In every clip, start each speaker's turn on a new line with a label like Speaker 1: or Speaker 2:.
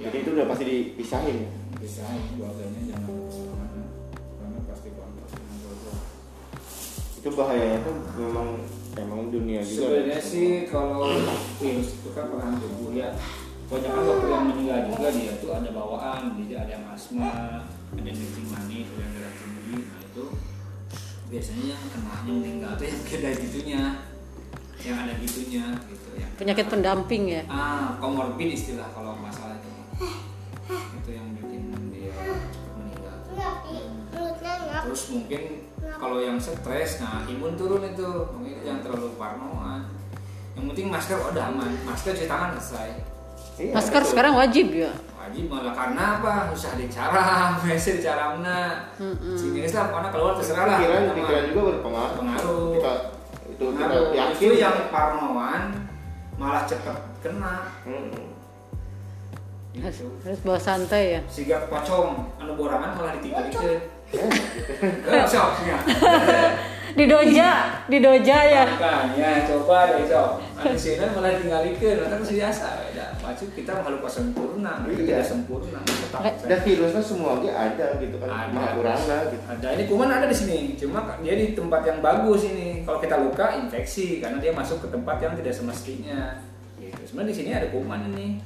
Speaker 1: masih dipisahin ya?
Speaker 2: biasanya keluarganya jangan kemana-mana karena pasti kontak dengan keluarga
Speaker 1: itu bahayanya tuh memang emang dunia juga
Speaker 2: sebenarnya sih kalau virus itu kan perang tubuh ya banyak kan dokter yang meninggal juga dia tuh ada bawaan jadi ada yang asma ada yang kencing manis ada yang darah tinggi nah itu biasanya yang kena yang meninggal tuh yang ada gitunya yang ada gitunya gitu ya
Speaker 3: Penyakit pendamping ya.
Speaker 2: ah komorbid istilah kalau masalah itu itu yang bikin dia cepat meninggal
Speaker 4: mulutnya ngap
Speaker 2: terus mungkin kalau yang stres nah imun turun itu mungkin yang terlalu parnoan yang penting masker udah aman masker cuci tangan selesai
Speaker 1: Iya,
Speaker 3: Masker
Speaker 1: betul.
Speaker 3: sekarang wajib ya.
Speaker 2: wajib malah karena apa usah dicara mesi cara mana
Speaker 3: Mm-mm.
Speaker 2: sini lah karena keluar terserah lah
Speaker 1: pikiran
Speaker 2: Sama
Speaker 1: pikiran juga berpengaruh
Speaker 2: Pengaruh.
Speaker 1: kita itu kita
Speaker 2: pengaruh.
Speaker 1: yakin
Speaker 2: Nah, Justru yang parnoan malah cepet kena
Speaker 1: Mm-mm.
Speaker 3: Harus,
Speaker 2: gitu
Speaker 3: harus bawa santai ya.
Speaker 2: sehingga pocong anu borangan malah ditinggal dikit
Speaker 1: Ya,
Speaker 2: Eh, sok ya
Speaker 3: Di doja, di doja ya.
Speaker 2: Makanya coba deh cok. Manusia malah tinggal ikut, kan masih biasa. Ya, maju kita makhluk sempurna, kita
Speaker 1: Iya.
Speaker 2: tidak sempurna. tetap
Speaker 1: dan virusnya semua lagi ada gitu kan
Speaker 2: Ada.
Speaker 1: maha kurangnya gitu
Speaker 2: Ada ini kuman ada di sini, cuma dia di tempat yang bagus ini. Kalau kita luka infeksi karena dia masuk ke tempat yang tidak semestinya. Gitu. Sebenarnya di sini ada kuman ini,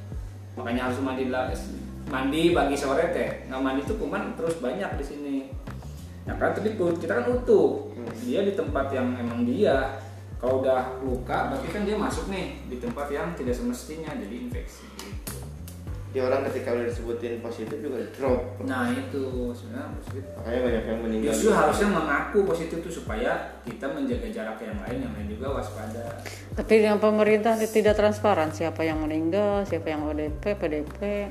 Speaker 2: makanya harus mandi lah. Mandi pagi sore teh, nggak mandi tuh kuman terus banyak di sini. Nah karena tapi kulit kita kan utuh, dia di tempat yang emang dia. Kalau udah luka, berarti kan dia masuk nih di tempat yang tidak semestinya jadi infeksi. Gitu.
Speaker 1: dia orang ketika udah disebutin positif juga drop
Speaker 2: Nah itu sebenarnya positif
Speaker 1: makanya banyak yang meninggal
Speaker 2: Justru harusnya mengaku positif itu supaya kita menjaga jarak yang lain, yang lain juga waspada.
Speaker 3: Tapi yang pemerintah tidak transparan siapa yang meninggal, siapa yang ODP, PDP.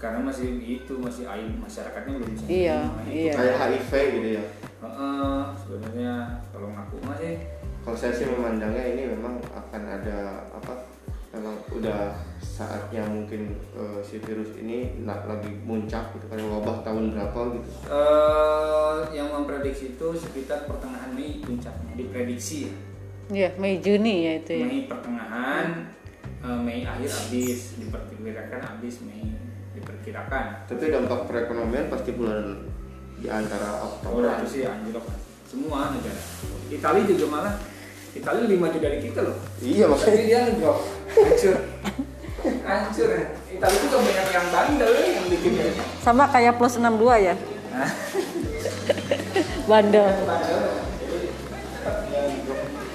Speaker 2: Karena masih itu masih aib masyarakatnya belum bisa.
Speaker 3: Iya,
Speaker 2: menerima itu.
Speaker 3: iya.
Speaker 1: kayak HIV gitu ya
Speaker 2: Heeh, sebenarnya kalau ngaku mah sih
Speaker 1: kalau saya sih memandangnya ini memang akan ada apa memang udah saatnya mungkin eh, si virus ini na- lagi muncak gitu kan wabah tahun berapa gitu
Speaker 2: eh, yang memprediksi itu sekitar pertengahan Mei puncaknya diprediksi ya.
Speaker 3: Iya, Mei Juni ya itu ya.
Speaker 2: Mei pertengahan, eh, Mei akhir habis, diperkirakan habis Mei diperkirakan.
Speaker 1: tapi dampak perekonomian pasti bulan di antara Oktober
Speaker 2: Orang itu sih anjlok semua negara. Italia juga malah Italia lebih maju dari kita loh.
Speaker 1: iya
Speaker 2: Tapi
Speaker 1: makanya
Speaker 2: dia ngedrop, hancur, hancur. Italia itu banyak yang bandel yang bikin
Speaker 3: Sama kayak plus 62 ya. Bandel.
Speaker 2: bandel.